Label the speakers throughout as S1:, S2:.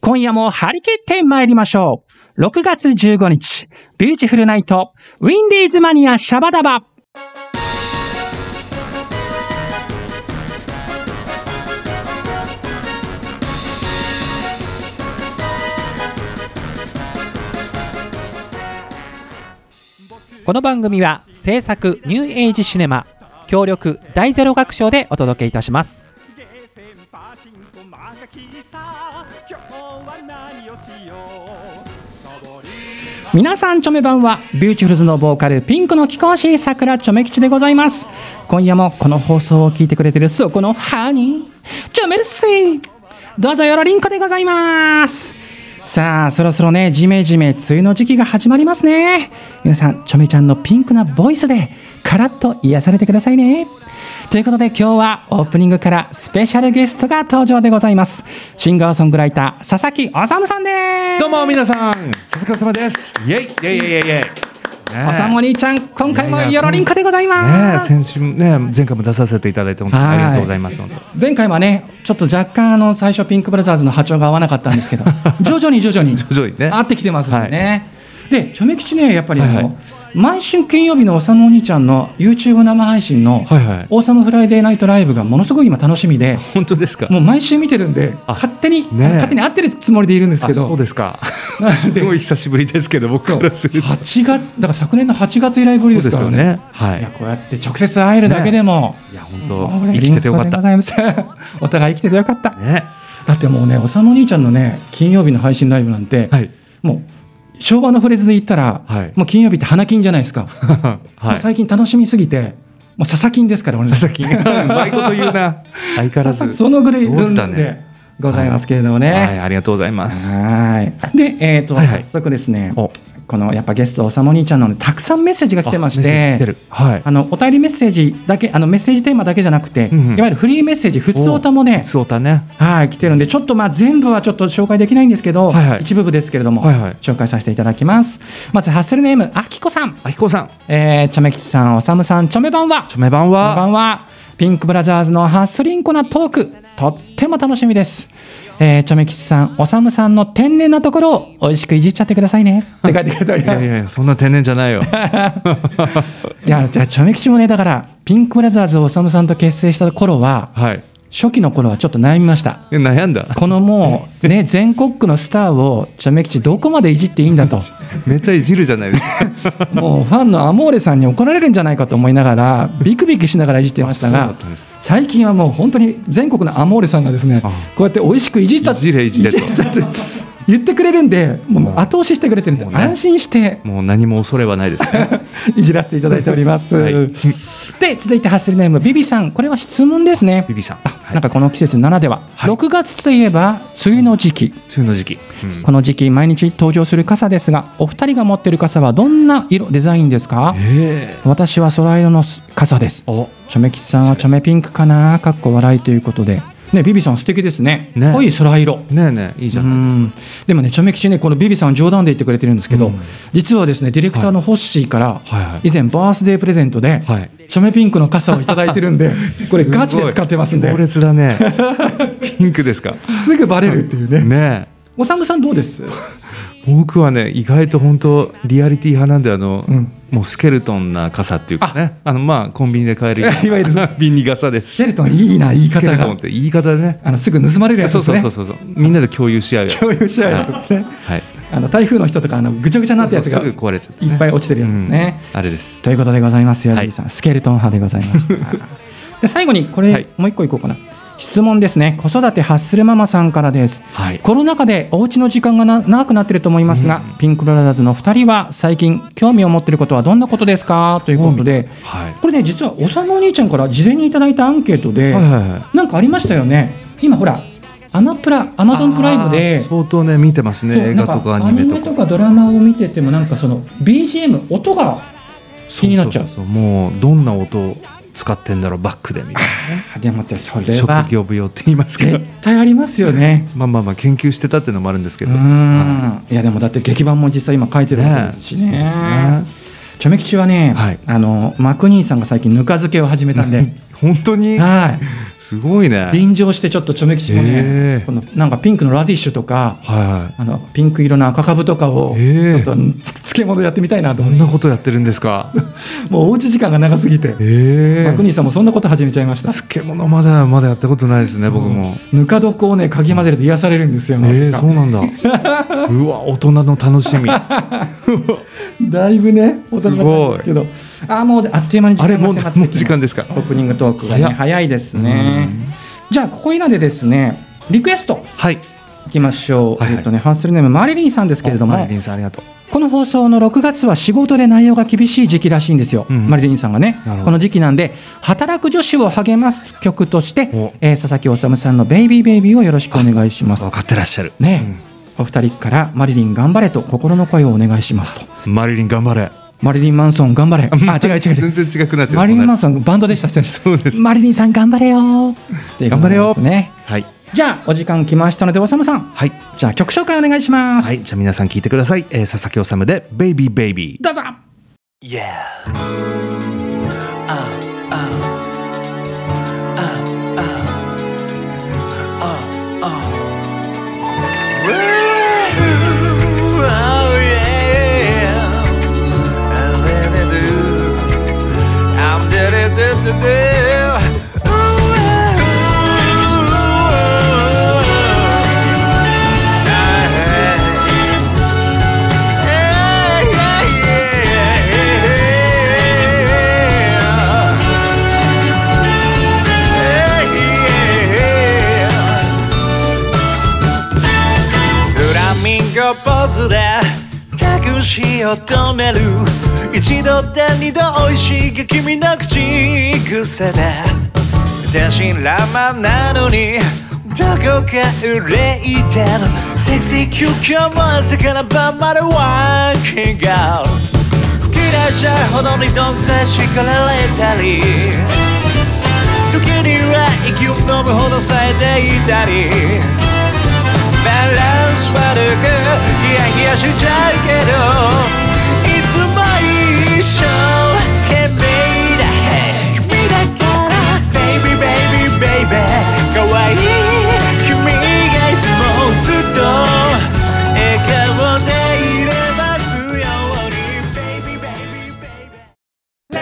S1: 今夜も張り切って参りましょう。6月15日、ビューティフルナイト、ウィンディーズマニアシャバダバ。この番組は制作ニューエイジシネマ協力大ゼロ学賞でお届けいたします
S2: ゲーセンパチンコマガキさ今日は何をしようサボり
S1: 皆さんチョメ版はビューチフルズのボーカルピンクの貴公子さくらチョメ吉でございます今夜もこの放送を聞いてくれてるそこのハニーチョメルシーどうぞよろりんこでございますさあそろそろねジメジメ梅雨の時期が始まりますね皆さんチョメちゃんのピンクなボイスでカラッと癒されてくださいねということで今日はオープニングからスペシャルゲストが登場でございますシンガーソングライター佐々木修さんです
S3: どうも皆さん、佐々木様です。イェイイェイイェイイェイ。ねえ
S1: おさもにちゃん、今回も
S3: いやい
S1: よ
S3: や
S1: ろりんこでござい
S3: ね
S1: ます。
S3: え先週もね前回も出させていただいて本当にありがとうございます本当。
S1: 前回はね、ちょっと若干あの最初ピンクブラザーズの波長が合わなかったんです けど、徐々に徐々に
S3: 徐々にね
S1: 合ってきてますんでね。で、チョメ吉ね、やっぱりあの、
S3: はいはい
S1: 毎週金曜日のおさもお兄ちゃんの YouTube 生配信の、
S3: はいはい
S1: オーサムフライデーナイトライブがものすごく今楽しみで、
S3: 本当ですか。
S1: もう毎週見てるんで、
S3: あ
S1: 勝手に、
S3: ねえ
S1: 勝手に合ってるつもりでいるんですけ
S3: あそう
S1: ど、
S3: ですか。 すごい久しぶりですけど僕
S1: そう
S3: からすると。
S1: 8月、だから昨年の8月以来ぶり
S3: そう
S1: で
S3: ですす
S1: か
S3: よ
S1: らね。
S3: ね。はい
S1: いや。こうやって直接会えるだけでも、
S3: いや本当生きててよかっ
S1: あ
S3: た。
S1: りがとうございますお互い生きててよかった。
S3: ね。
S1: だってもうね、おさの兄ちゃんのね、金曜日の配信ライブなんて、
S3: はい。
S1: もう昭和のフレーズで言ったら、
S3: はい
S1: もう金曜日って花金じゃないですか。も
S3: は
S1: う
S3: い。
S1: 最近楽しみすぎて、もう佐々金ですから、俺の
S3: 佐々木がうまいこと言うな。相変わら ず。
S1: そのぐらい
S3: 上手だ
S1: ルンルンで
S3: ね。
S1: ございますけれども
S3: は
S1: ね。
S3: いありがとうございます。
S1: はい。で、えっ、と、
S3: はいはい
S1: 早速ですね、
S3: お
S1: このやっぱゲストおさの兄ちゃんなので、たくさんメッセージが来てまし
S3: あメッセージ来て
S1: て
S3: る。。はい
S1: あ。のお便りメッセージだけあのメッセージテーマだけじゃなくて、
S3: うんうん
S1: いわゆるフリーメッセージ、普通歌もね、
S3: そうだね。
S1: はい、来てるんで、ちょっとまあ全部はちょっと紹介できないんですけど、
S3: はいはい
S1: 一部ですけれども、
S3: はいはい
S1: 紹介させていただきます。まず、ハッスルネーム、あきこさん、
S3: あひこさん、
S1: えー、チャメ吉さん、おさむさん、チャメ版は、
S3: ちょめ版
S1: こんば
S3: は。
S1: んは。ピンクブラザーズのハッスリンコなトーク、とっても楽しみです。えー、チョメ吉さん、おさむさんの天然なところを美味しくいじっちゃってくださいね。って書いてくれており
S3: いや
S1: ま
S3: い
S1: す。
S3: やいやそんな天然じゃないよ。
S1: いや、じゃあ、チョメ吉もね、だから、ピンクブラザーズをおさむさんと結成した頃は、
S3: はい。
S1: 初期の頃はちょっと悩みました。
S3: え悩んだ
S1: このもうね全国区のスターをチャメ吉どこまでいじっていいんだと
S3: めっちゃいじるじゃないですか
S1: もうファンのアモーレさんに怒られるんじゃないかと思いながらビクビクしながらいじっていました
S3: そうだ
S1: が
S3: ったんです
S1: 最近はもう本当に全国のアモーレさんがですね
S3: あ
S1: こうやって美味しくいじった
S3: いじれいじれと
S1: ったって言ってくれるんでもう後押ししてくれてるんで
S3: もうね
S1: 安心 して
S3: もう何も恐れはないです ね
S1: いじらせていただいております、
S3: はい
S1: で続いてハッスルネームビビさんこれは質問ですね
S3: ビビさん、はい、
S1: なんかこの季節ならでは、
S3: はい
S1: 6月といえば梅雨の時期、
S3: 梅雨の時期、うん
S1: この時期毎日登場する傘ですがお二人が持っている傘はどんな色デザインですか
S3: ええ
S1: 私は空色の傘です
S3: お
S1: チョメキさんはチョメピンクかなかっこ笑いということでねビビさん素敵ですね
S3: ね
S1: 濃い空色
S3: ねえねえいいじゃないですか
S1: うんでもねチョメ吉ねこのビビさん冗談で言ってくれてるんですけど、
S3: うん
S1: 実はですねディレクターのホッシーから
S3: はいはい
S1: 以前バースデープレゼントで、
S3: はい
S1: チョメピンクの傘をいただいてるん でこれガチで使ってますんで
S3: 強烈だ ねピンクですか
S1: すぐバレるっていうね
S3: ねえ
S1: おさむさんどう です
S3: 僕はね意外と本当リアリティ派なんであの、
S1: うん
S3: もうスケルトンな傘っていうかねあのまあコンビニ で買えるようない
S1: わゆるそ
S3: ビニ傘で
S1: ス
S3: す
S1: ケルトン いいな言い
S3: ス
S1: 方
S3: ケル
S1: が
S3: トンって言い方でね
S1: あのすぐ盗まれるやつ
S3: そ
S1: で
S3: う
S1: すね
S3: そうそうそうそうみんなで共有し合うやつ
S1: 共有し合うやつですね、
S3: はい
S1: あの台風の人とかあのぐちゃぐちゃになったやつ
S3: そ
S1: が
S3: うす
S1: い
S3: ぐ壊れちゃう
S1: っぱい落ちてるやつですね、
S3: うんあれです
S1: ということでございますよ、
S3: は
S1: リ
S3: い
S1: リーさんスケルトン派でございま したで最後にこれ、
S3: はい
S1: もう一個いこうかな質問ですね子育てハッスルママさんからです、
S3: はい
S1: コロナ禍でお家の時間がな長くなってると思いますが、ピンクブラザーズの2人は最近興味を持ってることはどんなことですかということで、
S3: はい
S1: これね実はおさのお兄ちゃんから事前にいただいたアンケートで、
S3: はいはいはい
S1: なんかありましたよね今ほらアマプラアマゾンプライムで
S3: あー相当ね見てま
S1: そ
S3: す
S1: う
S3: ね映画とかアニメ
S1: なん
S3: と
S1: かアニメ
S3: か
S1: とかドラマを見ててもなんかその BGM 音が気になっちゃう
S3: そそそもうどんな音を使ってんだろうバックでみたい
S1: でもってそ
S3: なね職業病って言いますけど
S1: 絶対ありますよね
S3: まあまあまあ研究してた っていうのもあるんですけ
S1: う
S3: ど
S1: ーんいやでもだって劇版も実際今書いてるわけですしね
S3: ねそうですね
S1: チョメ吉はね、
S3: はい
S1: あのマクニーさんが最近ぬか漬けを始めたんで
S3: 本当に
S1: はい
S3: すごいね。
S1: 臨場してちょっとチョメ吉も
S3: へ
S1: ね
S3: え
S1: このなんかピンクのラディッシュとか
S3: はいはい。
S1: あのピンク色の赤かぶとかを
S3: へえ
S1: ちょっとつ漬物でやってみたいなと
S3: こ
S1: 思っ
S3: ん
S1: て
S3: なことやってるんです か。
S1: もうおうち時間が長すぎて
S3: ええ
S1: マクニーさんもそんなこと始めちゃいました
S3: 漬物まではまだやったことないですね、僕も。
S1: ぬか床をねかき混ぜると癒されるんですよ、な
S3: え
S1: ん
S3: え
S1: か
S3: そうなんだ。 うわ、大人の楽しみ。あ
S1: だいぶね大人なんですけどあーもうあっという間に時間
S3: れ、も
S1: が
S3: う、
S1: 迫ってき
S3: も
S1: ま
S3: う
S1: した
S3: 時間ですか。
S1: オープニングトークがね
S3: 早っ
S1: 早いですねじゃあここいらでですねリクエスト
S3: はい。
S1: いきましょう、
S3: はいはい
S1: えっとねハッスルネームマリリンさんですけれども
S3: マリリンさん、ありがとう。
S1: この放送の6月は仕事で内容が厳しい時期らしいんですよ、
S3: うん
S1: マリリンさんがね
S3: なるほど
S1: この時期なんで働く女子を励ます曲として
S3: お、
S1: えー佐々木修さんの「ベイビーベイビー」をよろしくお願いします
S3: 分かってらっしゃる。
S1: ね、お二人からマリリン頑張れと心の声をお願いしますと
S3: うん。マリリン、頑張れ。
S1: マリリン・マンソン頑張れあ違 う違う違
S3: 全
S1: う
S3: 然違くなっちゃう。
S1: マリリン・マン
S3: そ
S1: ソンバンドでした
S3: うなるそうです。
S1: マリリンさん頑張れよーっていう
S3: 頑張れよ
S1: ことですね
S3: はい。
S1: じゃあお時間来ましたのでおさむさん
S3: はい。
S1: じゃあ曲紹介お願いします、
S3: はい、じゃあ皆さん聞いてください。えー、佐々木修で、ベイビーベイビー。
S1: どうぞ
S4: Yeah. Uh, uh, uh, uh, uh, uh. Ooh, oh yeah. I'm ready to do. I'm ready to do. Ooh, oh, oh, oh. Yeah. Yeah, yeah, yeah, yeah, yeah. フラミンゴポーズでタクシーを止める一度で二度美味しいが君の口癖で天真爛漫なのにどこか憂いてるセクシー休憩も朝から晩までワーキングアウト嫌いちゃうほどにどんくさい叱られたり時には息を飲むほど冴えていたりバランス悪くヒヤヒヤしちゃうけどいつも一生懸命だ君だから Baby baby baby 可愛い君がいつもずっと笑顔でいれますように Baby baby baby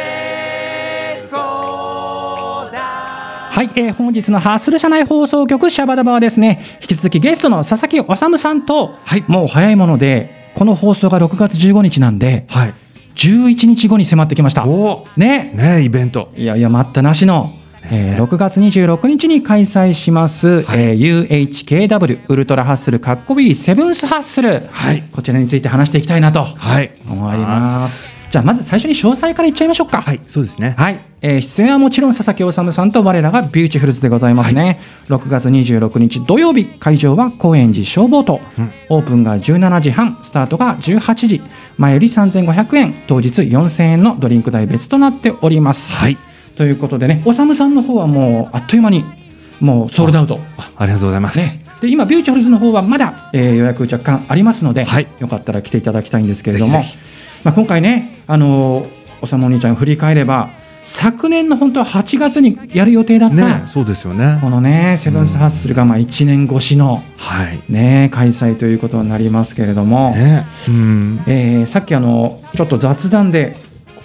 S1: はい、えー本日のハッスル社内放送局シャバダバはですね引き続きゲストの佐々木修さんと、
S3: はい
S1: もう早いものでこの放送が6月15日なんで
S3: はい。
S1: 11日後に迫ってきました
S3: おー
S1: ね
S3: ねイベント。
S1: いやいや待ったなしの、えー6月26日に開催します、
S3: はい
S1: えー UHKW ウルトラハッスルかっこいいセブンスハッスル、
S3: はい
S1: こちらについて話していきたいなと
S3: はい。
S1: 思います。じゃあまず最初に詳細からいっちゃいましょうか。はい
S3: そうですね。
S1: はい、えー出演はもちろん佐々木修さんと我らがビューチフルズでございますね、6月26日土曜日会場は高円寺消防と、オープンが17時半スタートが18時前より3500円当日4000円のドリンク代別となっております、
S3: はい。
S1: ということでね修さんの方はもうあっという間にもうソールドアウト、ね、
S3: あありがとうございます。
S1: で今ビューチフルズの方はまだ、えー予約若干ありますので、
S3: はい
S1: よかったら来ていただきたいんですけれども
S3: ぜひぜ
S1: まあ、今回ねあのーおさむお兄ちゃんを振り返れば昨年の本当は8月にやる予定だった、
S3: ねそうですよね
S1: こ。のねセブンスハッスルがまあ1年越しの、
S3: はい。
S1: ね、開催ということになりますけれども、
S3: ねうん。
S1: えーさっきあのちょっと雑談で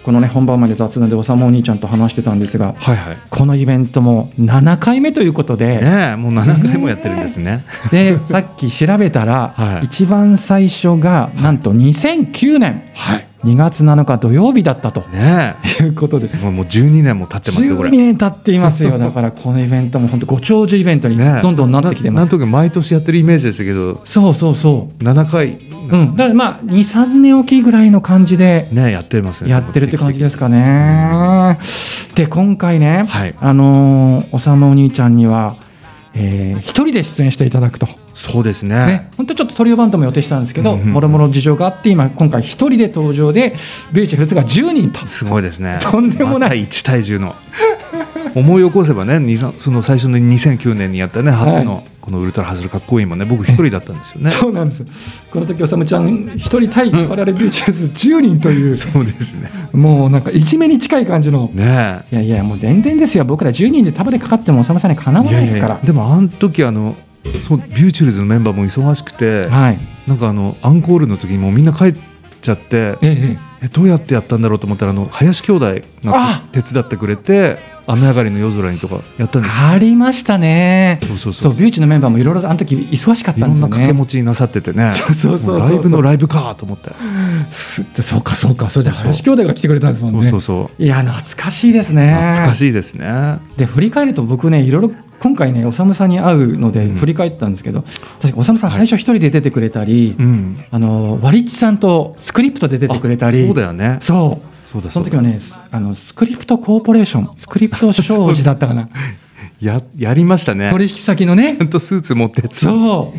S1: このね本番まで雑談でおさむお兄ちゃんと話してたんですが
S3: はいはい。
S1: このイベントも7回目ということで、
S3: ねもう7回もやってるんですね。
S1: でさっき調べたら、
S3: はい
S1: 一番最初がなんと2009年
S3: はい。
S1: 2月7日土曜日だったと
S3: ね
S1: いうことです。
S3: え。もうもう12年も経ってますよ、こ
S1: 12
S3: れ。
S1: 年経っていますよ、 だからこのイベントも本当、ご長寿イベントに
S3: ねえ
S1: どんどんなってきて
S3: な
S1: ま
S3: ん
S1: す。
S3: となく毎年やってるイメージでしたけど、
S1: そうそうそ
S3: 7回、
S1: う、うん、だからまあ、2、3年おきぐらいの感じで
S3: ねやってますね。
S1: やってるって感じですかね。で、今回ね、
S3: はい
S1: あのーおさむお兄ちゃんには、え1人で出演していただくと。
S3: そうです
S1: ね
S3: ね。、
S1: 本当はちょっとトリオバンドも予定してたんですけど、
S3: うんうん
S1: もろもろ事情があって今今回一人で登場でビューチフルズが10人と
S3: すごいですね。
S1: とんでもない
S3: また1対10の。思い起こせばね、にさんその最初の2009年にやったね、初のここのウルトラハズルかっこいいもんね僕一人だったんですよね
S1: そうなんですこの時おさむちゃん一人対我々ビューチューズ10人という、
S3: そうですね
S1: もうなんかいじめに近い感じの、
S3: ね
S1: いやいやもう全然ですよ僕ら10人で束でかかってもおさむさんにかな
S3: え
S1: わないですから
S3: でもあの時あのそうビューチュールズのメンバーも忙しくて、
S1: はい
S3: なんかあのアンコールの時にもうみんな帰っちゃって
S1: ええ
S3: えどうやってやったんだろうと思ったらあの林兄弟が
S1: あ
S3: 手伝ってくれて雨上がりの夜空にとかやったんです
S1: ありましたね
S3: そうそうそ
S1: そううビューチのメンバーもいろいろあの時忙しかっ
S3: い
S1: た
S3: ろ
S1: んで
S3: ん
S1: す
S3: な
S1: よ
S3: 掛け
S1: ね
S3: 持ちなさっててね
S1: そうそうそうそう
S3: もライブのライブかと思って
S1: すそうかそうかそれで林兄弟が来てくれたんですもん
S3: そ
S1: ね
S3: うそうそう
S1: いや懐かしいですね
S3: 懐かしいですね
S1: で振り返ると僕ねいろいろ今回ねおさむさんに会うので
S3: ん
S1: 振り返ったんですけど、確かおさむさん最初一人で出てくれたり、
S3: うん
S1: あのワリッチさんとスクリプトで出てくれたり
S3: あそうだよね
S1: そう
S3: そうだ
S1: そ
S3: そう
S1: の
S3: だ
S1: 時はねすあのスクリプトコーポレーションスクリプト商事だったかな
S3: ややりましたね
S1: 取引先のね
S3: ちゃんとスーツ持ってって
S1: そ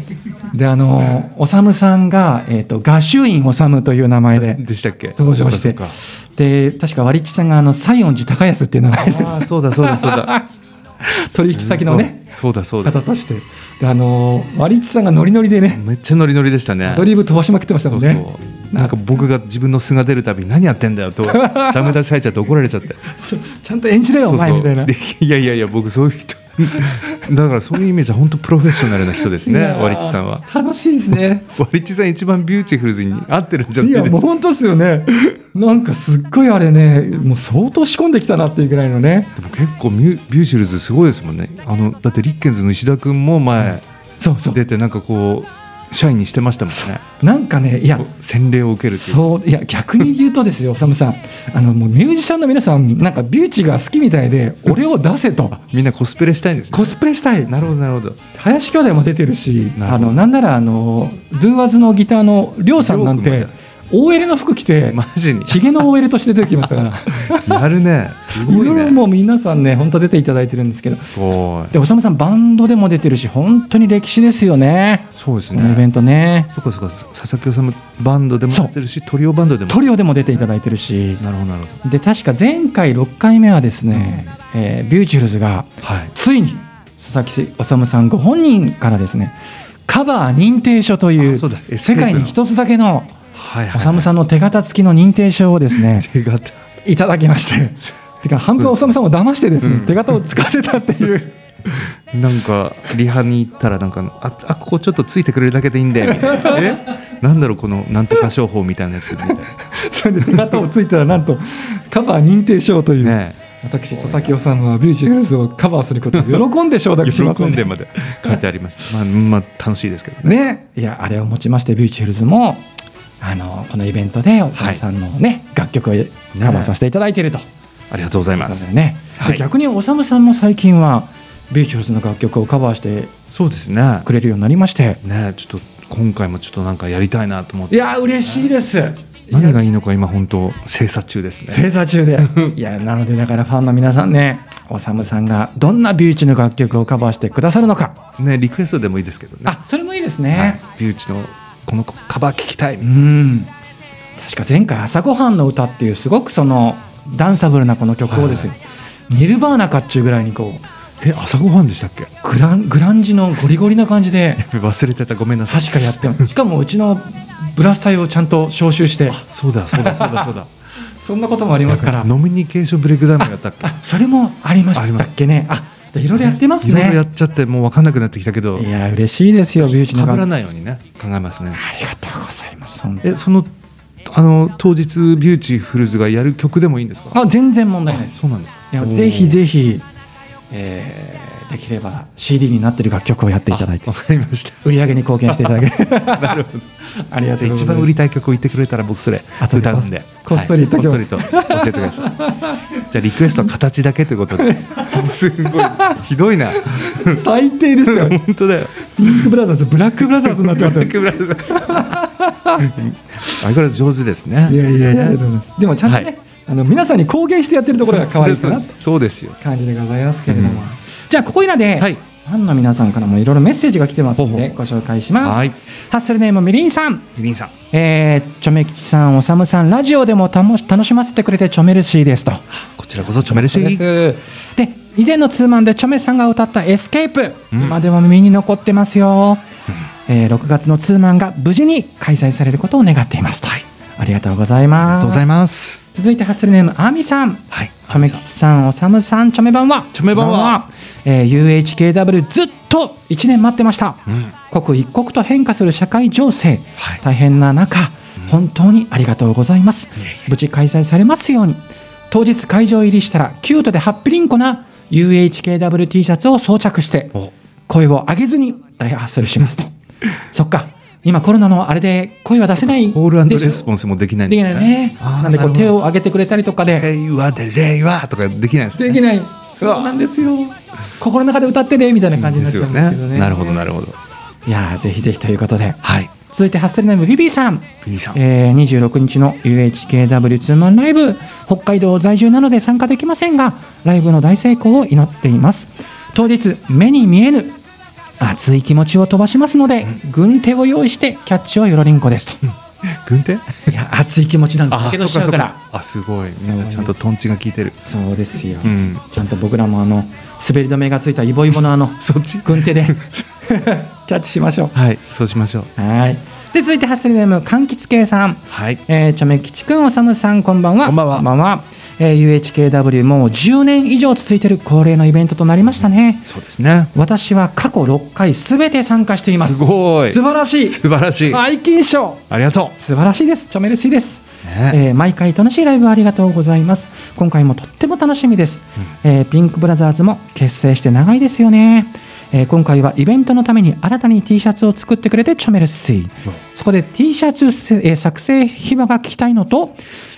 S1: うであのおさむさんが、えー、と画集院おさむという名前で
S3: でしたっけ
S1: 登場して
S3: そうか
S1: で確かワリッチさんがあの西園寺高安っていう名前
S3: そう
S1: で
S3: かああそうだそうだそうだ
S1: 取引先のね
S3: そうだそうだ
S1: 方としてであのワリッチさんがノリノリでね
S3: めっちゃノリノリでしたね
S1: アドリブ飛ばしまくってましたもんね
S3: そうそうなんか僕が自分の素が出るたび何やってん だよとダメ出し入っちゃって怒られちゃって
S1: そう ちゃんと演じろよお前みたいな
S3: でいやいやいや僕そういう人だからそういうイメージは本当プロフェッショナルな人です
S1: い
S3: ね
S1: やー
S3: ワリッチさんは
S1: 楽しい ですね
S3: ワリッチさん一番ビューティフルズに合ってるんじゃないい
S1: や
S3: です
S1: もう
S3: か
S1: 本当ですよねなんかすっごいあれねもう相当仕込んできたなっていうぐらいのね
S3: でも結構ミュビューシュルズすごいですもんねあのだってリッケンズの石田君も前
S1: そうそう
S3: 出てなんかこう社員にしてましたもんね
S1: なんかねいや
S3: こう洗礼を受けるっていう
S1: そういや逆に言うと ですよ、おさむさん、あのもうミュージシャンの皆さん、なんかビューチが好きみたいで、俺を出せと、
S3: みんなコスプレしたいんですね
S1: コスプレしたい、
S3: なるほどなるほど
S1: 林兄弟も出てるし、
S3: なる
S1: あ
S3: ほど
S1: のなんならあの、ドゥーワーズのギターのりょうさんなん
S3: りょ
S1: て
S3: うくんま、
S1: OL の服着 て、
S3: マジに
S1: ひげの OL として出てきました から、
S3: やるねす
S1: い
S3: ごいね
S1: ろいろもう皆さんね、本当出ていただいてるんですけど、
S3: すごい
S1: で、おさむさん、バンドでも出てるし、本当に歴史ですよね、
S3: そうです
S1: このイベ
S3: ね
S1: ントね、
S3: そうかそうか佐々木さんもバンドでもやってるしトリオバンドでも
S1: トリオでも出ていただいてるし、
S3: なるほどなるほ
S1: で、確か前回6回目はですね、えービューチュルズが、
S3: どはい
S1: ついに佐々木修さんご本人からですねカバー認定書という
S3: あそうだ
S1: 世界に一つだけの
S3: はいはい
S1: 修さんの手形付きの認定証をですね
S3: 手形
S1: いただきま しててか半分は修さんを騙してですね
S3: うん
S1: 手形をつかせたっていう
S3: なんかリハに行ったらなんかああここちょっとついてくれるだけでいいんでみたいな えなんだろうこのなんとか商法みたいなやつみたいな
S1: それで手形をついたらなんとカバー認定証という、
S3: ね
S1: 私佐々木修はビュージーフルズをカバーすることを喜んで承諾し
S3: 喜
S1: ますの
S3: んでまで書いてありま したまあ、まあ、楽しいですけどね
S1: ね、いやあれをもちましてビューチフルズもあのこのイベントでおさむさんの、ね楽曲をカバーさせていただいていると、
S3: ありがとうございま
S1: です
S3: す
S1: ね
S3: はい
S1: で逆におさむさんも最近はビューチフルズの楽曲をカバーして
S3: そうですね
S1: くれるようになりまして
S3: ねちょっと今回もちょっとなんかやりたいなと思っ
S1: い
S3: て
S1: や嬉しいです
S3: 何がいいのか今本当精査中ですね
S1: 正座中 でいやなのでだからファンの皆さんねおさむさんがどんなビューチの楽曲をカバーしてくださるのか
S3: ねリクエストでもいいですけどね
S1: あそれもいいです
S3: は
S1: ね
S3: い、ビューチのこのカバー聞きたいみたいな
S1: うん確か前回「朝ごはんの歌」っていうすごくそのダンサブルなこの曲をですよ、ニルバーナかっちゅうぐらいにこう
S3: え朝ごはんでしたっけや
S1: グラングランジのゴリゴリな感じで
S3: べ忘れてたごめんなさい
S1: 確かやってもしかもうちのブラス隊をちゃんと招集して
S3: そうだそうだそうだそうだ
S1: そんなこともありますから
S3: ノミニケーションブレイクダウンやったっけ
S1: あそれもありまし
S3: ありま
S1: た
S3: す
S1: っけねあでいろいろやってます
S3: いろいろや
S1: ね
S3: っちゃってもう分かんなくなってきたけど
S1: いや嬉しいですよビューチの
S3: かぶら
S1: い
S3: ないようにね考えますね
S1: ありがとうございます本当に
S3: えそのあの当日ビューチフルズがやる曲でもいいんですか
S1: あ全然問題ないです
S3: そうなんです
S1: いや
S3: かおー
S1: ぜひぜひ、えーできれば CD になってる楽曲をやっていただいて
S3: わかりました
S1: 売り上げに貢献していただけ
S3: なるほど
S1: ありがとうござい
S3: 一
S1: ま
S3: 番
S1: す
S3: 売りたい曲を言ってくれたら僕それ
S1: 後で
S3: 歌うんで
S1: こっそり言っときます
S3: はいこっそりと教えてくださいじゃあリクエストは形だけということ ですごいひどいな
S1: 最低ですよ
S3: 本当だよ
S1: ピンクブラザーズブラックブラザーズになっちゃった
S3: ブラックブラザー ズ相変わらず上手ですね
S1: いやいやいやありがとうございますでもちゃんとね、
S3: はい
S1: あの皆さんに貢献してやってるところが可愛いかな
S3: そうですよ
S1: 感じでございますけれども、じゃあここいらで、
S3: はい
S1: ファンの皆さんからもいろいろメッセージが来てますのでご紹介します。
S3: はい
S1: ハッスルネームみりんさん、
S3: リリンさん
S1: えー、チョメ吉さん、おさむさん、ラジオでもたもし楽しませてくれてチョメルシーですと。
S3: こちらこそチョメルシ
S1: そうで
S3: ー
S1: す。で、以前のツーマンでチョメさんが歌ったエスケープ、
S3: ん
S1: 今でも耳に残ってますよ。えー、6月のツーマンが無事に開催されることを願っていますと。ありがとうござい
S3: あり
S1: ます。
S3: がとうございます
S1: 続いてハッスルネームあみさん。
S3: はい
S1: チョメ吉さん、おさむさん、チョメ版は。
S3: チョメ版は
S1: こんばんえー UHKW ずっと1年待ってました。
S3: うん
S1: 刻一刻と変化する社会情勢、
S3: はい
S1: 大変な中、本当にありがとうございます
S3: いえいえ
S1: 無事開催されますように当日会場入りしたらキュートでハッピリンコな UHKWT シャツを装着して
S3: お
S1: 声を上げずに大ハッスルしますとそっか今コロナのあれで声は出せない
S3: コールレス
S1: で
S3: ポンスもできないん
S1: でき
S3: す
S1: ないね
S3: あー
S1: なんでこう
S3: なるほど
S1: 手を上げてくれたりとかで
S3: 令和で令和とかできないですね
S1: できないそうなんですよ心の中で歌ってねみたいな感じになっちゃうんですけどね
S3: なるほどなるほど
S1: いやーぜひぜひということで
S3: はい
S1: 続いてハッスルネームビビーさん
S3: リリンさん
S1: えー、26日の UHKW2 マンライブ北海道在住なので参加できませんがライブの大成功を祈っています当日目に見えぬ熱い気持ちを飛ばしますので、軍手を用意してキャッチをよろりんこですと、
S3: 軍手
S1: いや熱い気持ちなんだけどしちゃうから
S3: ああすごいみんなちゃんとトンチが効いてる
S1: そうですよ、
S3: うん
S1: ちゃんと僕らもあの滑り止めがついたイボイボのあの
S3: そっち
S1: 軍 手でキャッチしましょ
S3: はいそうしましょう
S1: うはいで続いてハッスルネーム柑橘系さん
S3: はい
S1: えー、ちょめきちくん、おさむさん、こんばんは。
S3: こんばんは
S1: えー UHKW もう10年以上続いてる恒例のイベントとなりましたね。
S3: そうですね
S1: 私は過去6回すべて参加しています。
S3: すごい
S1: 素晴らしい。
S3: 素晴らしい
S1: 愛金賞。
S3: ありがと
S1: 素晴らしいです。ちょめるしいです。
S3: うね
S1: えー毎回楽しいライブありがとうございます。今回もとっても楽しみです。えーピンクブラザーズも結成して長いですよね。えー今回はイベントのために新たに T シャツを作ってくれてチョメルスイ。そこで T シャツせ、えー作成秘話が聞きたいのと、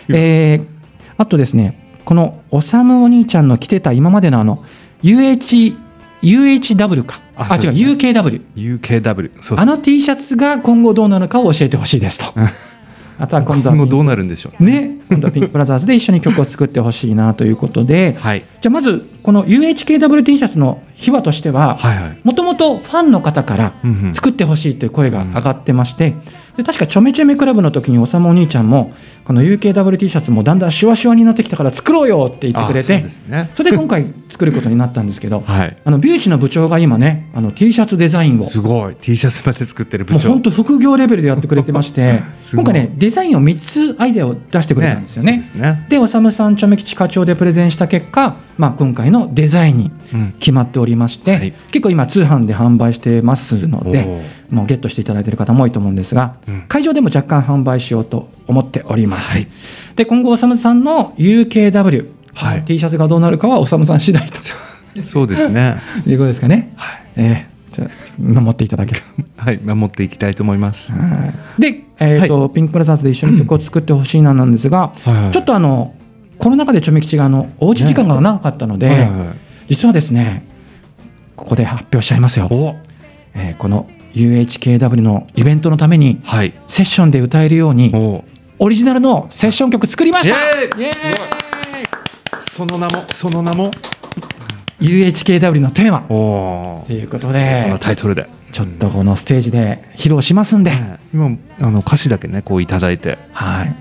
S1: えーあとですね、このおさむお兄ちゃんの着てた今までのあの UH、UHW か。あ
S3: あそ
S1: 違
S3: うです
S1: う、
S3: ね
S1: UKW。
S3: UKW そう
S1: あの T シャツが今後どうなのかを教えてほしいですと。あとは今度は
S3: 今後どうなるんでしょう
S1: ね、今度はピンクブラザーズで一緒に曲を作ってほしいなということで、
S3: はい
S1: じゃあまずこの UHKWT シャツの秘話としては
S3: はいはい
S1: もともとファンの方から
S3: うんうん
S1: 作ってほしいという声が上がってまして、で確かちょめちょめクラブの時におさむお兄ちゃんもこの UKWT シャツもだんだんシュワシュワになってきたから作ろうよって言ってくれ
S3: あそう
S1: て
S3: ですね
S1: それで今回作ることになったんですけど、
S3: はい
S1: あのビューチの部長が今ねあの T シャツデザインを
S3: すごい T シャツまで作ってる部
S1: もう
S3: 長
S1: 本当副業レベルでやってくれてまして
S3: すご
S1: 今
S3: い
S1: 回ねデザインを3つアイデアを出してくれたんですよね。
S3: そうですね
S1: でおさむさんちょめ吉課長でプレゼンした結果、まあ、今回のデザインに
S3: うん
S1: 決まっておりまして、
S3: はい
S1: 結構今通販で販売してますの
S3: お
S1: で
S3: ー
S1: もうゲットしていただいている方も多いと思うんですが、
S3: うん
S1: 会場でも若干販売しようと思っております、で今後おさむさんの UKW、
S3: はい
S1: T シャツがどうなるかはおさむさん次第と
S3: そうで すね
S1: いうことですかね、
S3: はい
S1: えーじゃあ守っていただける
S3: はい守っていきたいと思います
S1: で、えーとピンクブラザーズで一緒に曲を作ってほしいななんですが、
S3: いはいはい
S1: ちょっとあのコロナ禍でちょめ吉があのおうち時間が長かったので、
S3: はいはい
S1: 実はですねここで発表しちゃいますよ、
S3: お
S1: えーこの UHKW のイベントのために
S3: はい
S1: セッションで歌えるように
S3: お
S1: オリジナルのセッション曲作りました
S3: イエーイ
S1: イエーイ
S3: その名もその名も
S1: UHKW のテーマ
S3: お
S1: ということ
S3: こ
S1: で
S3: のタイトルで
S1: ちょっとこのステージで披露しますんで、
S3: 今あの歌詞だけねこういただいて
S1: はい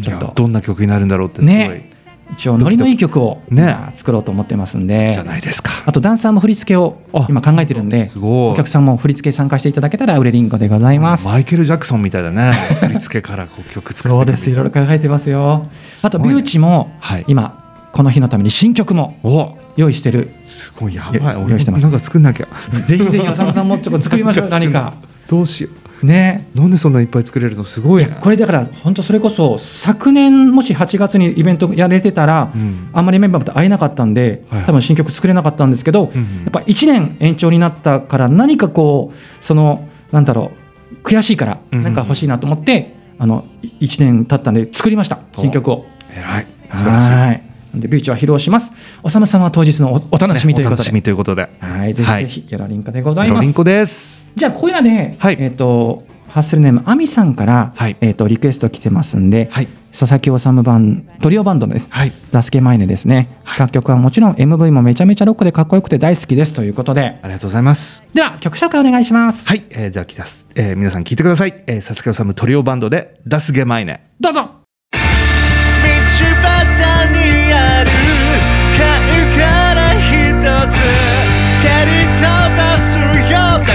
S3: じ
S1: ちょ
S3: ゃ
S1: っ
S3: あ
S1: と
S3: どんな曲になるんだろうってすごい、
S1: ね一応ノリのいい曲を
S3: ね
S1: まあ作ろうと思ってますんで、
S3: じゃないですか
S1: あとダンサーも振り付けを
S3: あ
S1: 今考えてるんです
S3: ごい
S1: お客さんも振り付け参加していただけたら売れりんごでございます。
S3: マイケル・ジャクソンみたいだね 振り付けからこう曲作って
S1: そうですいろいろ考えてますよ。あと
S3: ご
S1: ビ
S3: いね
S1: ューチも
S3: はい
S1: 今この日のために新曲も
S3: お
S1: 用意してる。
S3: すごいや
S1: い
S3: ばい
S1: や用意してます
S3: なんか作んなきゃ
S1: ぜひぜひ浅野さんもちょっと作りま しょう何か
S3: どうしよ
S1: ね。
S3: うなんでそんないっぱい作れるのすごいね
S1: これだから本当それこそ昨年もし8月にイベントやれてたら、
S3: うん
S1: あんまりメンバーと会えなかったんで、
S3: はい
S1: 多分新曲作れなかったんですけど、
S3: うんうん
S1: やっぱ1年延長になったから何かこうそのなんだろう悔しいから
S3: うんうん
S1: 何か欲しいなと思って、あの1年経ったんで作りました
S3: お
S1: 新曲を
S3: えらい素晴らしい、
S1: はいなんでビューチは披露しますおさむさんは当日のおお楽しみという
S3: お
S1: こと
S3: 楽
S1: で、
S3: しみということで
S1: はいぜひぜひよろりんこでござい
S3: ロ
S1: ま
S3: リ
S1: す
S3: ンコです
S1: じゃあこういうので、
S3: はい
S1: えっ、とハッスルネームあみさんから、
S3: はい
S1: えっ、とリクエスト来てますんで、
S3: はい
S1: 佐々木修版トリオバンドのです。
S3: はい
S1: 助けマイネですね、楽曲はもちろん MV もめちゃめちゃロックでかっこよくて大好きですということで
S3: ありがとうございます
S1: では曲紹介お願いします、
S3: はい、えー、では来たす、えー、皆さん聞いてください、えー、佐々木治トリオバンドで「ダスゲマイネ」
S1: どうぞ
S4: 道端にある貝から一つ蹴り飛ばすよだからなんだこれ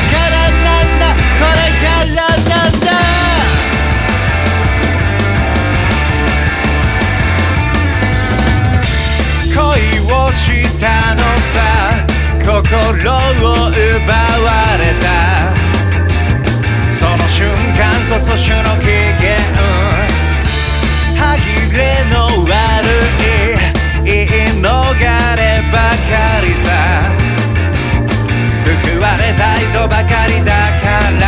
S4: からなんだ恋をしたのさ心を奪われたその瞬間こそ種の起源歯切れの悪い言い逃ればかりさ救われたいとばかりだから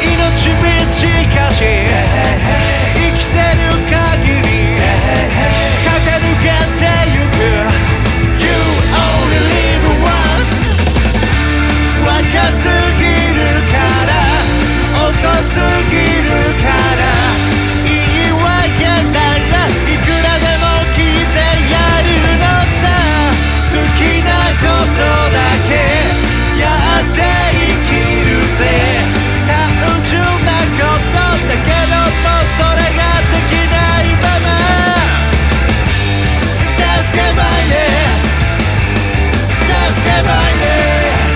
S4: 命短し生きてる限り駆け抜けてゆく You only live once 若すぎるから遅すぎるから言い訳ならいくらでも聞いてやるのさ好きなことだけやって生きるぜ単純なことだけどもうそれができないまま助けまいね助けまいね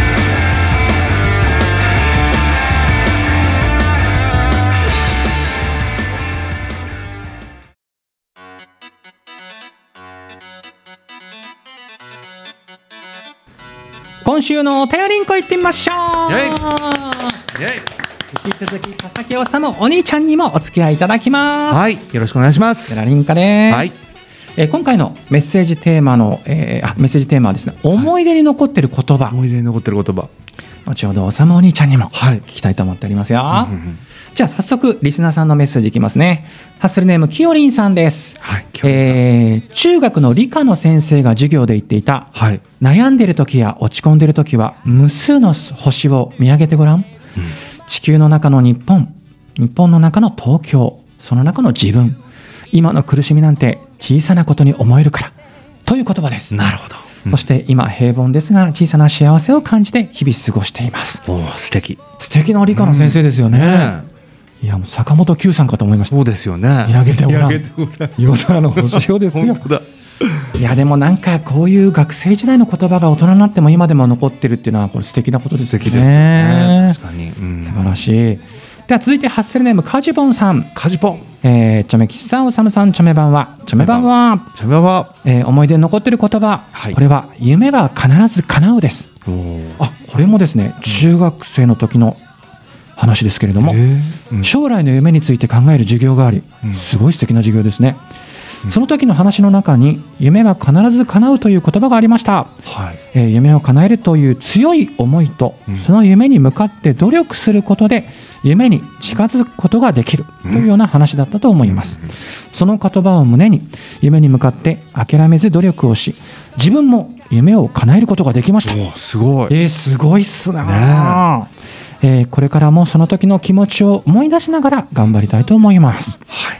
S1: 今週のお便りんこ行ってみましょう
S3: イェイ
S1: 引き続き佐々木修お兄ちゃんにもお付き合いいただきます
S3: はいよろしくお願いします
S1: テラリンカです、
S3: はい
S1: えー今回のメッセージテーマの、えーあメッセージテーマはですね思い出に残ってる言葉、
S3: 思い出に残ってる言葉
S1: 後ほど修お兄ちゃんにも
S3: はい
S1: 聞きたいと思っておりますよ、
S3: うんうんうん
S1: じゃあ早速リスナーさんのメッセージいきますねハッスルネームきよりんさんです
S3: はい今日さ
S1: えー中学の理科の先生が授業で言っていた
S3: はい
S1: 悩んでる時や落ち込んでる時は無数の星を見上げてごらん、地球の中の日本日本の中の東京その中の自分今の苦しみなんて小さなことに思えるからという言葉です
S3: なるほどうん
S1: そして今平凡ですが小さな幸せを感じて日々過ごしています
S3: おー素敵
S1: 素敵な理科の先生ですよね、
S3: ねえ
S1: いやもう坂本九さんかと思いました
S3: そうですよね
S1: 見上げてごらん
S3: 見上げてごらん
S1: 夜空の星を ですよ
S3: 本当だ
S1: いやでもなんかこういう学生時代の言葉が大人になっても今でも残ってるっていうのはこれ素敵なことです
S3: 素
S1: よね
S3: 敵ですよね確かにうん
S1: 素晴らしいでは続いてハッセルネームカジュボンさん
S3: カジポン
S1: えー、チョメキさんおさむさんチョメ版はチョメ版は、
S3: チャメは
S1: えー思い出に残ってる言葉、
S3: はい
S1: これは夢は必ず叶うです
S3: おー
S1: あこれもですね中学生の時の話ですけれども、
S3: えーうん
S1: 将来の夢について考える授業があり、
S3: うん
S1: すごい素敵な授業ですね、その時の話の中に夢は必ず叶うという言葉がありました、
S3: はい
S1: えー夢を叶えるという強い思いと、
S3: うん
S1: その夢に向かって努力することで夢に近づくことができるというような話だったと思います、その言葉を胸に夢に向かって諦めず努力をし自分も夢を叶えることができました
S3: おーすごい
S1: えー、すごいっすな、
S3: ね
S1: えーこれからもその時の気持ちを思い出しながら頑張りたいと思います
S3: は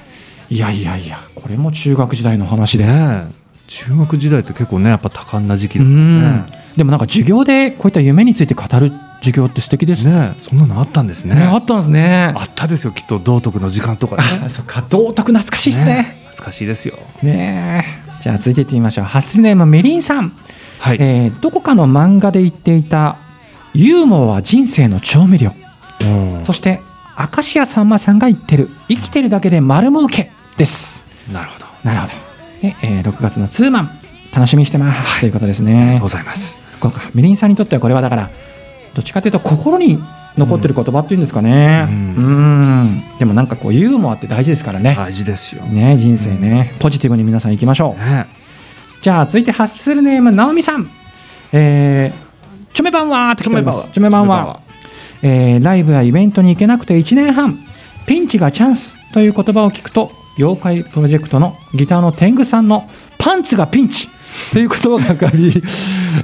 S3: い
S1: いやいやいやこれも中学時代の話で、
S3: ねえ中学時代って結構ねやっぱ多感な時期
S1: う
S3: だもん
S1: ん
S3: ね
S1: でもなんか授業でこういった夢について語る授業って素敵ですね
S3: ねえそんなのあったんですね
S1: ねあったんですね
S3: あったですよきっと道徳の時間とかね
S1: あそっか道徳懐かしいです
S3: ね
S1: ね
S3: 懐かしいですよ
S1: ねえじゃあ続いていってみましょうハッスルネームみりんさん、
S3: は
S1: えーどこかの漫画で言っていたユーモアは人生の調味料
S3: うん
S1: そして明石家さんまさんが言ってる生きてるだけで丸儲けです
S3: なるほどあ
S1: なるほどで、えー6月のツーマン楽しみにしてます、ということです
S3: りがと
S1: ね
S3: うございます
S1: そうかみりんさんにとってはこれはだからどっちかというと心に残ってる言葉っていうんですかねう
S3: うん
S1: でもなんかこうユーモアって大事ですからね、
S3: 大事ですよ
S1: ね
S3: ね
S1: 人生ね、ポジティブに皆さんいきましょうじゃあ続いてハッスルネームなおみさんえー、チョメ版はって来ておりますチョメ版はえーライブやイベントに行けなくて1年半ピンチがチャンスという言葉を聞くと妖怪プロジェクトのギターの天狗さんのパン ツがピンチという言葉が浮かび、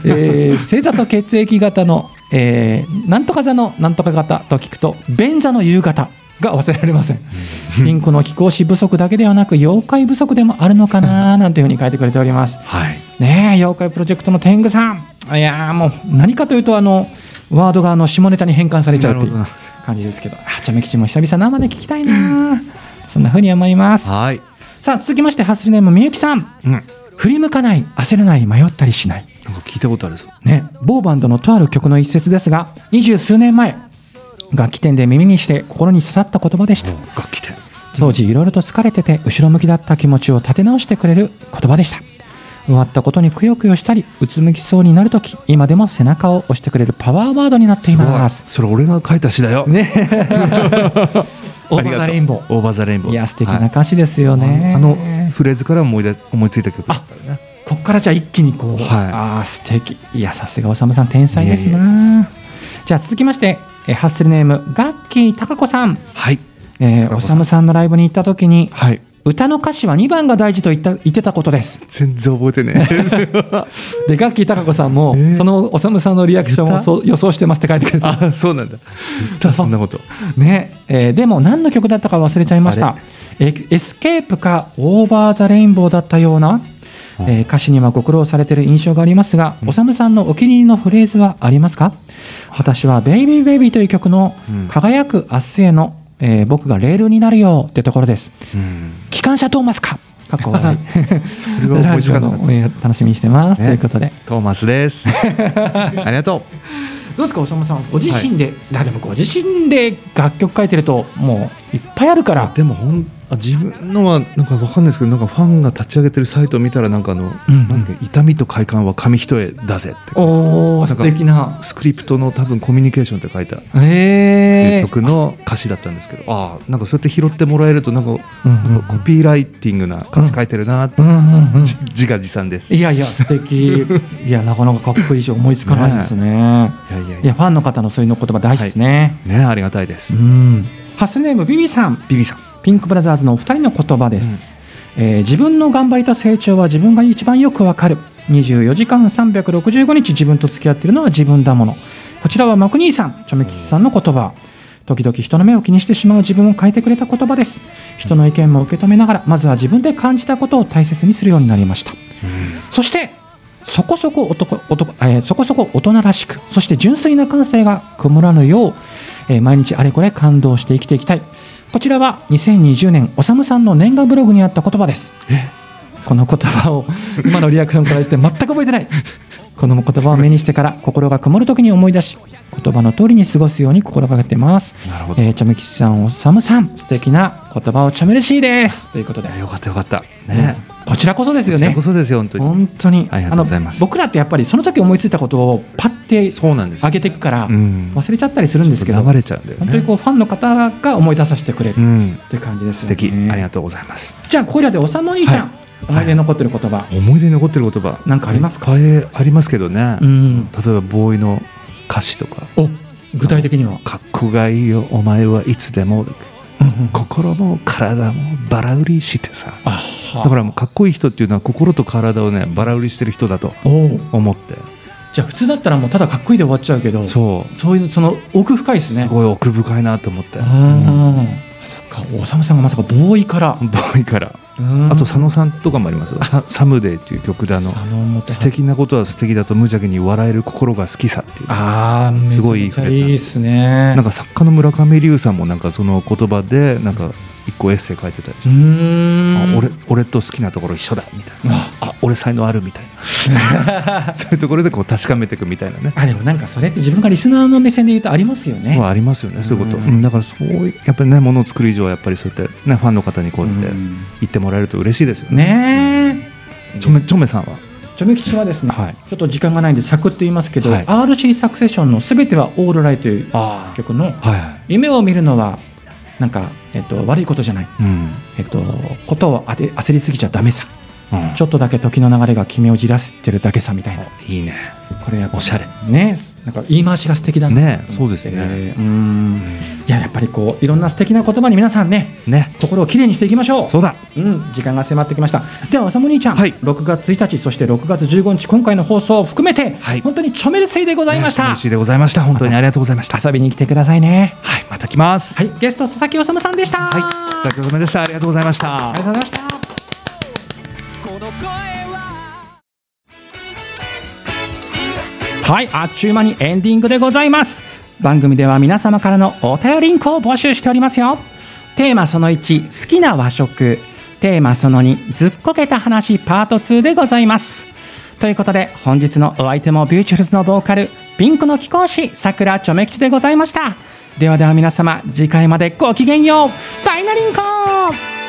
S1: えー正座と血液型のえーなんとか座のなんとか型と聞くと便座の夕方が忘れられませんピンクの貴公子不足だけではなく妖怪不足でもあるのかななんていうふうに書いてくれております
S3: はい
S1: ねえ妖怪プロジェクトの天狗さんいやーもう何かというとあのワードがあの下ネタに変換されちゃうっていう
S3: なるほ
S1: 感じですけどあちゃめきちも久々生で聞きたいなそんなふうに思います
S3: はい
S1: さあ続きましてハッスルネームみゆきさん
S3: うんなんか
S1: 振り向かない焦らない迷ったりしない
S3: 聞いたことあるぞ
S1: ね、某バンドのとある曲の一節ですが二十数年前楽器店で耳にして心に刺さった言葉でした
S3: 楽器店
S1: 当時いろいろと疲れてて後ろ向きだった気持ちを立て直してくれる言葉でした終わったことにくよくよしたりうつむきそうになるとき今でも背中を押してくれるパワーワードになっています
S3: それ俺が書いた詩だよね
S1: オーバーザレインボー
S3: オーバーザレインボー
S1: いや素敵
S3: は
S1: ない歌詞ですよね、
S3: あのフレーズから思い出思いついた曲ですからね
S1: こっからじゃあ一気にこう、
S3: はい
S1: ああ素敵いやさすがおさむさん天才ですなじゃあ続きましてえハッスルネームガッキーたかこさん
S3: はい
S1: えー、
S3: 高
S1: お
S3: 子さん
S1: さむさんのライブに行った時に、
S3: はい
S1: 歌の歌詞は2番が大事と言った言ってたことです
S3: 全然覚えてね え
S1: でガッキー高子さんも、
S3: えー
S1: そのおさむさんのリアクションをそう予想してますって書いてくれた
S3: あそうなんだ言ったそんなこと
S1: ね、えーでも何の曲だったか忘れちゃいまし
S3: あ
S1: たえエスケープかオーバー・ザ・レインボーだったような、
S3: うん
S1: えー歌詞にはご苦労されてる印象がありますが、おさむさんのお気に入りのフレーズはありますか私は「ベイビーベイビーという曲の
S3: う
S1: 「
S3: ん
S1: 輝く明日への、えー僕がレールになるよ」ってところです
S3: うん
S1: 機関車トーマスか。かっこ 悪い。そ
S3: れは思いつかなかった
S1: 楽しみにしてます、
S3: ね
S1: ということで。
S3: トーマスです ありがと
S1: どうですか、おさむさん、ご自身で、あでもご自身で楽曲書いてると、もういっぱいあるから
S3: う。でもほんあ自分のはなんかわかんないですけどなんかファンが立ち上げてるサイトを見たらなんかあの、
S1: うんうん
S3: なんか痛みと快感は紙一重だぜって
S1: おお、
S3: なん
S1: 素
S3: か
S1: 敵な。
S3: スクリプトの多分コミュニケーションって書いた
S1: ええー。
S3: 曲の歌詞だったんですけど、ああなんかそうやって拾ってもらえるとなんか,、
S1: うんうんうん
S3: なんかコピーライティングな歌詞書いてるなって、
S1: うんうん うん。
S3: じ自画自賛です
S1: いやいや、素敵。いや、なかなかかっこいいし、思いつかないですね。
S3: いやいや
S1: いや、ファンの方のそういうの言葉大事ですね。
S3: ねありがたいです、
S1: うん。ハスネームビビさん。
S3: ビビさん
S1: ピンクブラザーズのお二人の言葉です、えー自分の頑張りと成長は自分が一番よくわかる24時間365日自分と付き合っているのは自分だものこちらはマクニーさんチョメキスさんの言葉時々人の目を気にしてしまう自分を変えてくれた言葉です人の意見も受け止めながらまずは自分で感じたことを大切にするようになりました、そしてそこそこ男男、えーそこそこ大人らしくそして純粋な感性が曇らぬよう、えー毎日あれこれ感動して生きていきたいこちらは2020年おさむさんの年賀ブログにあった言葉ですこの言葉を今のリアクションから言って全く覚えてないこの言葉を目にしてから心が曇る時に思い出し言葉の通りに過ごすように心がけてます
S3: なるほど
S1: えー、チャメキスさんおさむさん素敵な言葉をチャメルシーですということで、
S3: よかったよかったね
S1: こちらこそですよ
S3: こちら
S1: ね
S3: こそですよ本当に
S1: 本当に
S3: ありがとうございます
S1: の僕らってやっぱりその時思いついたことをパッて
S3: そうなんです
S1: 上げていくから
S3: うん
S1: 忘れちゃったりするんですけど、
S3: 流れちゃうんだよね
S1: 本当にこうファンの方が思い出させてくれる
S3: う
S1: っ
S3: ん
S1: て感じです
S3: 素
S1: よね
S3: 敵、ありがとうございます
S1: じゃあこれらでおさむお兄ちゃん、
S3: は
S1: 思い出に残ってる言葉、
S3: 思い出に残ってる言葉
S1: なんかあります
S3: かありますけどね、
S1: うん
S3: 例えばボーイの歌詞とか
S1: お具体的には
S3: 「かっこがいいよお前はいつで
S1: う
S3: も
S1: んうん
S3: 心も体もバラ売りしてさ」
S1: あは
S3: だからもうかっこいい人っていうのは心と体をねバラ売りしてる人だと
S1: おう
S3: 思って
S1: じゃあ普通だったらもうただかっこいいで終わっちゃうけど
S3: そう
S1: そういうその奥深いですね
S3: すごい奥深いなと思って、
S1: う
S3: うん
S1: んそっかおさむさんがまさかボーイから、
S3: ボーイから
S1: うん
S3: あと佐野さんとかもありますよ「ササムデー」っていう曲であの
S1: 佐野も
S3: 素敵なことは素敵だと無邪気に笑える心が好きさっていう
S1: ああ
S3: すごいいい
S1: めちゃめちゃいいですね
S3: なんか作家の村上龍さんもなんかその言葉でなんか一個エッセイ書いてたりし
S1: うー
S3: て、あ
S1: ん
S3: 俺俺と好きなところ一緒だみたいな
S1: あ
S3: あ俺才能あるみたい なそういうところでこう確かめていくみたいなね
S1: あでもなんかそれって自分がリスナーの目線で言うとありますよね
S3: はありますよねそういうこと、
S1: うん
S3: うんだからそういうやっぱりねものを作る以上はやっぱりそうやってねファンの方にこうやって
S1: うん
S3: 言ってもらえると嬉しいですよね、
S1: ねえ
S3: ちょめちょめさんは
S1: ちょめきちはですね、
S3: はい
S1: ちょっと時間がないんでサクッと言いますけど、
S3: はい
S1: RC サクセションの「すべてはオールライ」という
S3: あ
S1: 曲の
S3: はいはい
S1: 「夢を見るのはなんか、えっと、悪いことじゃない、
S3: うん
S1: えっと、ことをあて焦りすぎちゃダメさ」ちょっとだけ時の流れが君をじらせてるだけさみたいな、
S3: いいね
S1: これやっぱ
S3: おしゃれ
S1: ねなんか言い回しが素敵だな
S3: ね
S1: と思って
S3: そうですね
S1: うんいややっぱりこういろんな素敵な言葉に皆さんね
S3: ね
S1: 心をきれいにしていきましょう
S3: そうだ
S1: うん、時間が迫ってきましたではおさむ兄ちゃん、
S3: はい
S1: 6月1日そして6月15日今回の放送を含めて、
S3: はい
S1: 本当にちょめるせいでございました、
S3: 嬉しいでございました本当にありがとうございました
S1: 遊びに来てくださいね
S3: はいまた来ます
S1: はいゲスト佐々木修さんでした、
S3: はい先ほどでしたありがとうございました
S1: ありがとうございました
S2: この声は
S1: はい、あっちゅう間にエンディングでございます。番組では皆様からのお便りんこを募集しておりますよ。テーマその1、好きな和食。テーマその2、ずっこけた話パート2でございます。ということで、本日のお相手もビューチュルズのボーカル、ピンクの貴公子、桜ちょめ吉でございました。ではでは皆様、次回までごきげんよう。ダイナリンコ